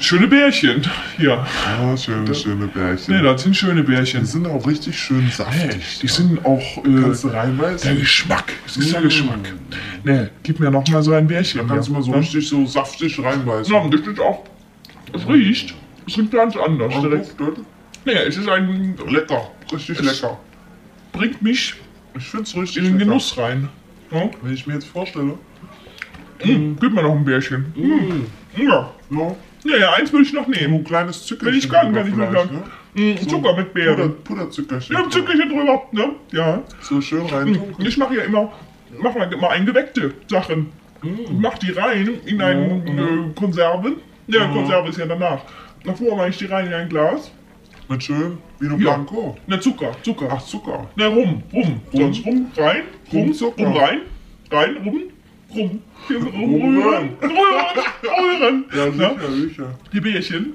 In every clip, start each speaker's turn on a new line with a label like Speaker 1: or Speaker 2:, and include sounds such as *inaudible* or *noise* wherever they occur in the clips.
Speaker 1: Schöne Bärchen. Ja.
Speaker 2: Ah, schöne, schöne Bärchen.
Speaker 1: Nee, das sind schöne
Speaker 2: Die
Speaker 1: Bärchen.
Speaker 2: sind auch richtig schön
Speaker 1: Hey,
Speaker 2: saftig.
Speaker 1: die sind auch.
Speaker 2: Kannst du
Speaker 1: Äh, der
Speaker 2: reinbeißen?
Speaker 1: Geschmack. Es ist der
Speaker 2: Mm.
Speaker 1: Geschmack. Nee, gib mir noch mal so ein Bärchen.
Speaker 2: Kannst du
Speaker 1: ja.
Speaker 2: mal so
Speaker 1: Ja.
Speaker 2: richtig so saftig reinbeißen.
Speaker 1: Ja, das ist auch. Es riecht. Es riecht ganz anders
Speaker 2: Und
Speaker 1: direkt.
Speaker 2: duftet.
Speaker 1: Nee, es ist ein.
Speaker 2: Lecker, richtig
Speaker 1: Es-
Speaker 2: lecker.
Speaker 1: bringt mich
Speaker 2: Ich find's richtig
Speaker 1: in den
Speaker 2: lecker.
Speaker 1: Genuss rein. Ja?
Speaker 2: Wenn ich mir jetzt vorstelle.
Speaker 1: Mm, Gib mir noch ein Bärchen. Mm. Ja.
Speaker 2: Ja,
Speaker 1: ja, ja, eins würde ich noch nehmen.
Speaker 2: ein kleines Zückerchen.
Speaker 1: Wenn ich kann, kann ich mir
Speaker 2: drüber vielleicht,
Speaker 1: sagen. Mm, Zucker mit
Speaker 2: Ne? Puder,
Speaker 1: Beeren.
Speaker 2: Puderzuckerchen.
Speaker 1: Ja, ein Zückerchen Hm. drüber, ne? Ja.
Speaker 2: So schön rein.
Speaker 1: Ich mache ja immer, mach mal, mal eingeweckte Sachen.
Speaker 2: Mm.
Speaker 1: Mach die rein in einen äh, Konserven. Ja,
Speaker 2: Mm.
Speaker 1: Konserve ist ja danach. Davor mache ich die rein in ein Glas.
Speaker 2: Mit schön Vino
Speaker 1: Ja.
Speaker 2: Blanco.
Speaker 1: Na, Zucker, Zucker.
Speaker 2: Ach, Zucker.
Speaker 1: Na, rum, rum. Sonst rum, rein, rum,
Speaker 2: Rum,
Speaker 1: rum,
Speaker 2: Zucker.
Speaker 1: rein, rein, rum, rum. Hier, rum, rühren,
Speaker 2: Rühren.
Speaker 1: rühren, rühren.
Speaker 2: *laughs* Ja, Mhm.
Speaker 1: Na,
Speaker 2: sicher, sicher.
Speaker 1: die Bärchen,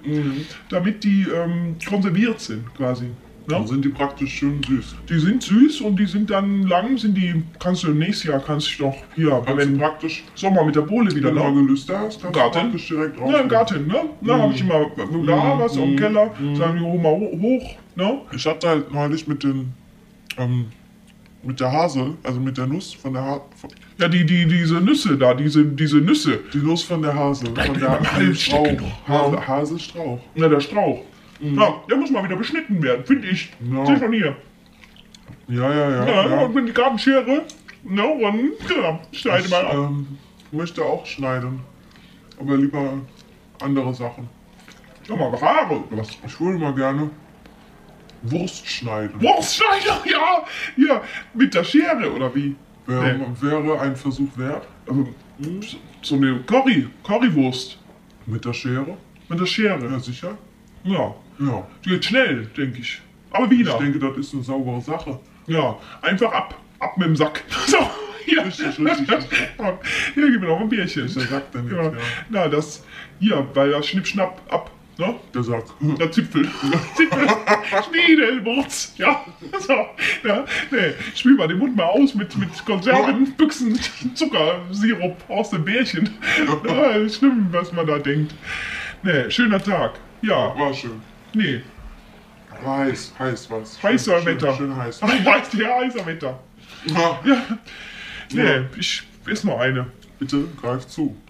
Speaker 1: damit die ähm, konserviert sind quasi. Na?
Speaker 2: Dann sind die praktisch schön süß.
Speaker 1: Die sind süß und die sind dann lang, sind die, kannst du nächstes Jahr, kannst du doch hier,
Speaker 2: Kannst du Genau,
Speaker 1: wenn
Speaker 2: praktisch,
Speaker 1: Sommer mit der Bohle wieder,
Speaker 2: wenn du mal
Speaker 1: ne?
Speaker 2: Gelüste hast, kannst
Speaker 1: Garten.
Speaker 2: du praktisch direkt raus.
Speaker 1: Ja, im Garten, ne? Da habe ich
Speaker 2: Mhm.
Speaker 1: immer da was auf dem Keller, sagen wir, hol mal ho- hoch, ne?
Speaker 2: Ich hatte halt neulich mit den, ähm, mit der Hase, also mit der Nuss von der Hase,
Speaker 1: Ja, die, die, diese Nüsse da, diese, diese Nüsse.
Speaker 2: die Nuss von der Hase, von
Speaker 1: mir
Speaker 2: der
Speaker 1: beim Hals stecken,
Speaker 2: Strauch.
Speaker 1: du.
Speaker 2: Hase, Haselstrauch.
Speaker 1: Na, ne, der Strauch. Ja, der muss mal wieder beschnitten werden, finde ich.
Speaker 2: Mhm. Ja.
Speaker 1: Sehe ich von hier.
Speaker 2: Ja, ja, ja.
Speaker 1: Ja,
Speaker 2: ja,
Speaker 1: Und wenn die Gartenschere, ne, und genau, schneide
Speaker 2: Ich
Speaker 1: mal ab.
Speaker 2: ähm, möchte auch schneiden, aber lieber andere Sachen.
Speaker 1: Schau mal, Haare.
Speaker 2: Was? Ich würde mal gerne Wurst schneiden.
Speaker 1: Wurstschneider, *laughs* ja, ja, mit der Schere oder wie?
Speaker 2: Wäre,
Speaker 1: Nee.
Speaker 2: wäre ein Versuch wert.
Speaker 1: Also,
Speaker 2: Mhm.
Speaker 1: so eine Curry, Currywurst
Speaker 2: Mit der Schere.
Speaker 1: mit der
Speaker 2: Ja,
Speaker 1: Schere.
Speaker 2: sicher.
Speaker 1: Ja,
Speaker 2: Ja.
Speaker 1: die geht schnell, denke ich. Aber
Speaker 2: Ich
Speaker 1: wieder.
Speaker 2: denke, das ist eine saubere Sache.
Speaker 1: Ja, einfach ab, ab mit dem Sack. *laughs* So, ja.
Speaker 2: Richtig, richtig, richtig.
Speaker 1: Ja, gib mir noch ein Bierchen.
Speaker 2: Der Sack dann jetzt,
Speaker 1: Ja.
Speaker 2: ja.
Speaker 1: Na, das, hier, weil das Schnippschnapp ab, ne?
Speaker 2: Der Sack.
Speaker 1: Der Zipfel. *laughs* Zipfel. Schniedelwurz. Ja. *laughs* So. Ja. Nee. Spiel mal den Mund mal aus mit, mit Konserven, Büchsen, Zuckersirup aus dem Bärchen.
Speaker 2: *laughs*
Speaker 1: Ja, ist schlimm, was man da denkt. Nee, schöner Tag. Ja.
Speaker 2: *laughs* War schön.
Speaker 1: Nee.
Speaker 2: War heiß, heiß war es.
Speaker 1: Heißer
Speaker 2: schön,
Speaker 1: Wetter.
Speaker 2: Schön, schön
Speaker 1: *laughs*
Speaker 2: heiß.
Speaker 1: Heiß, ja, heißer Wetter.
Speaker 2: Ja.
Speaker 1: Nee, ich esse noch eine.
Speaker 2: Bitte greif zu.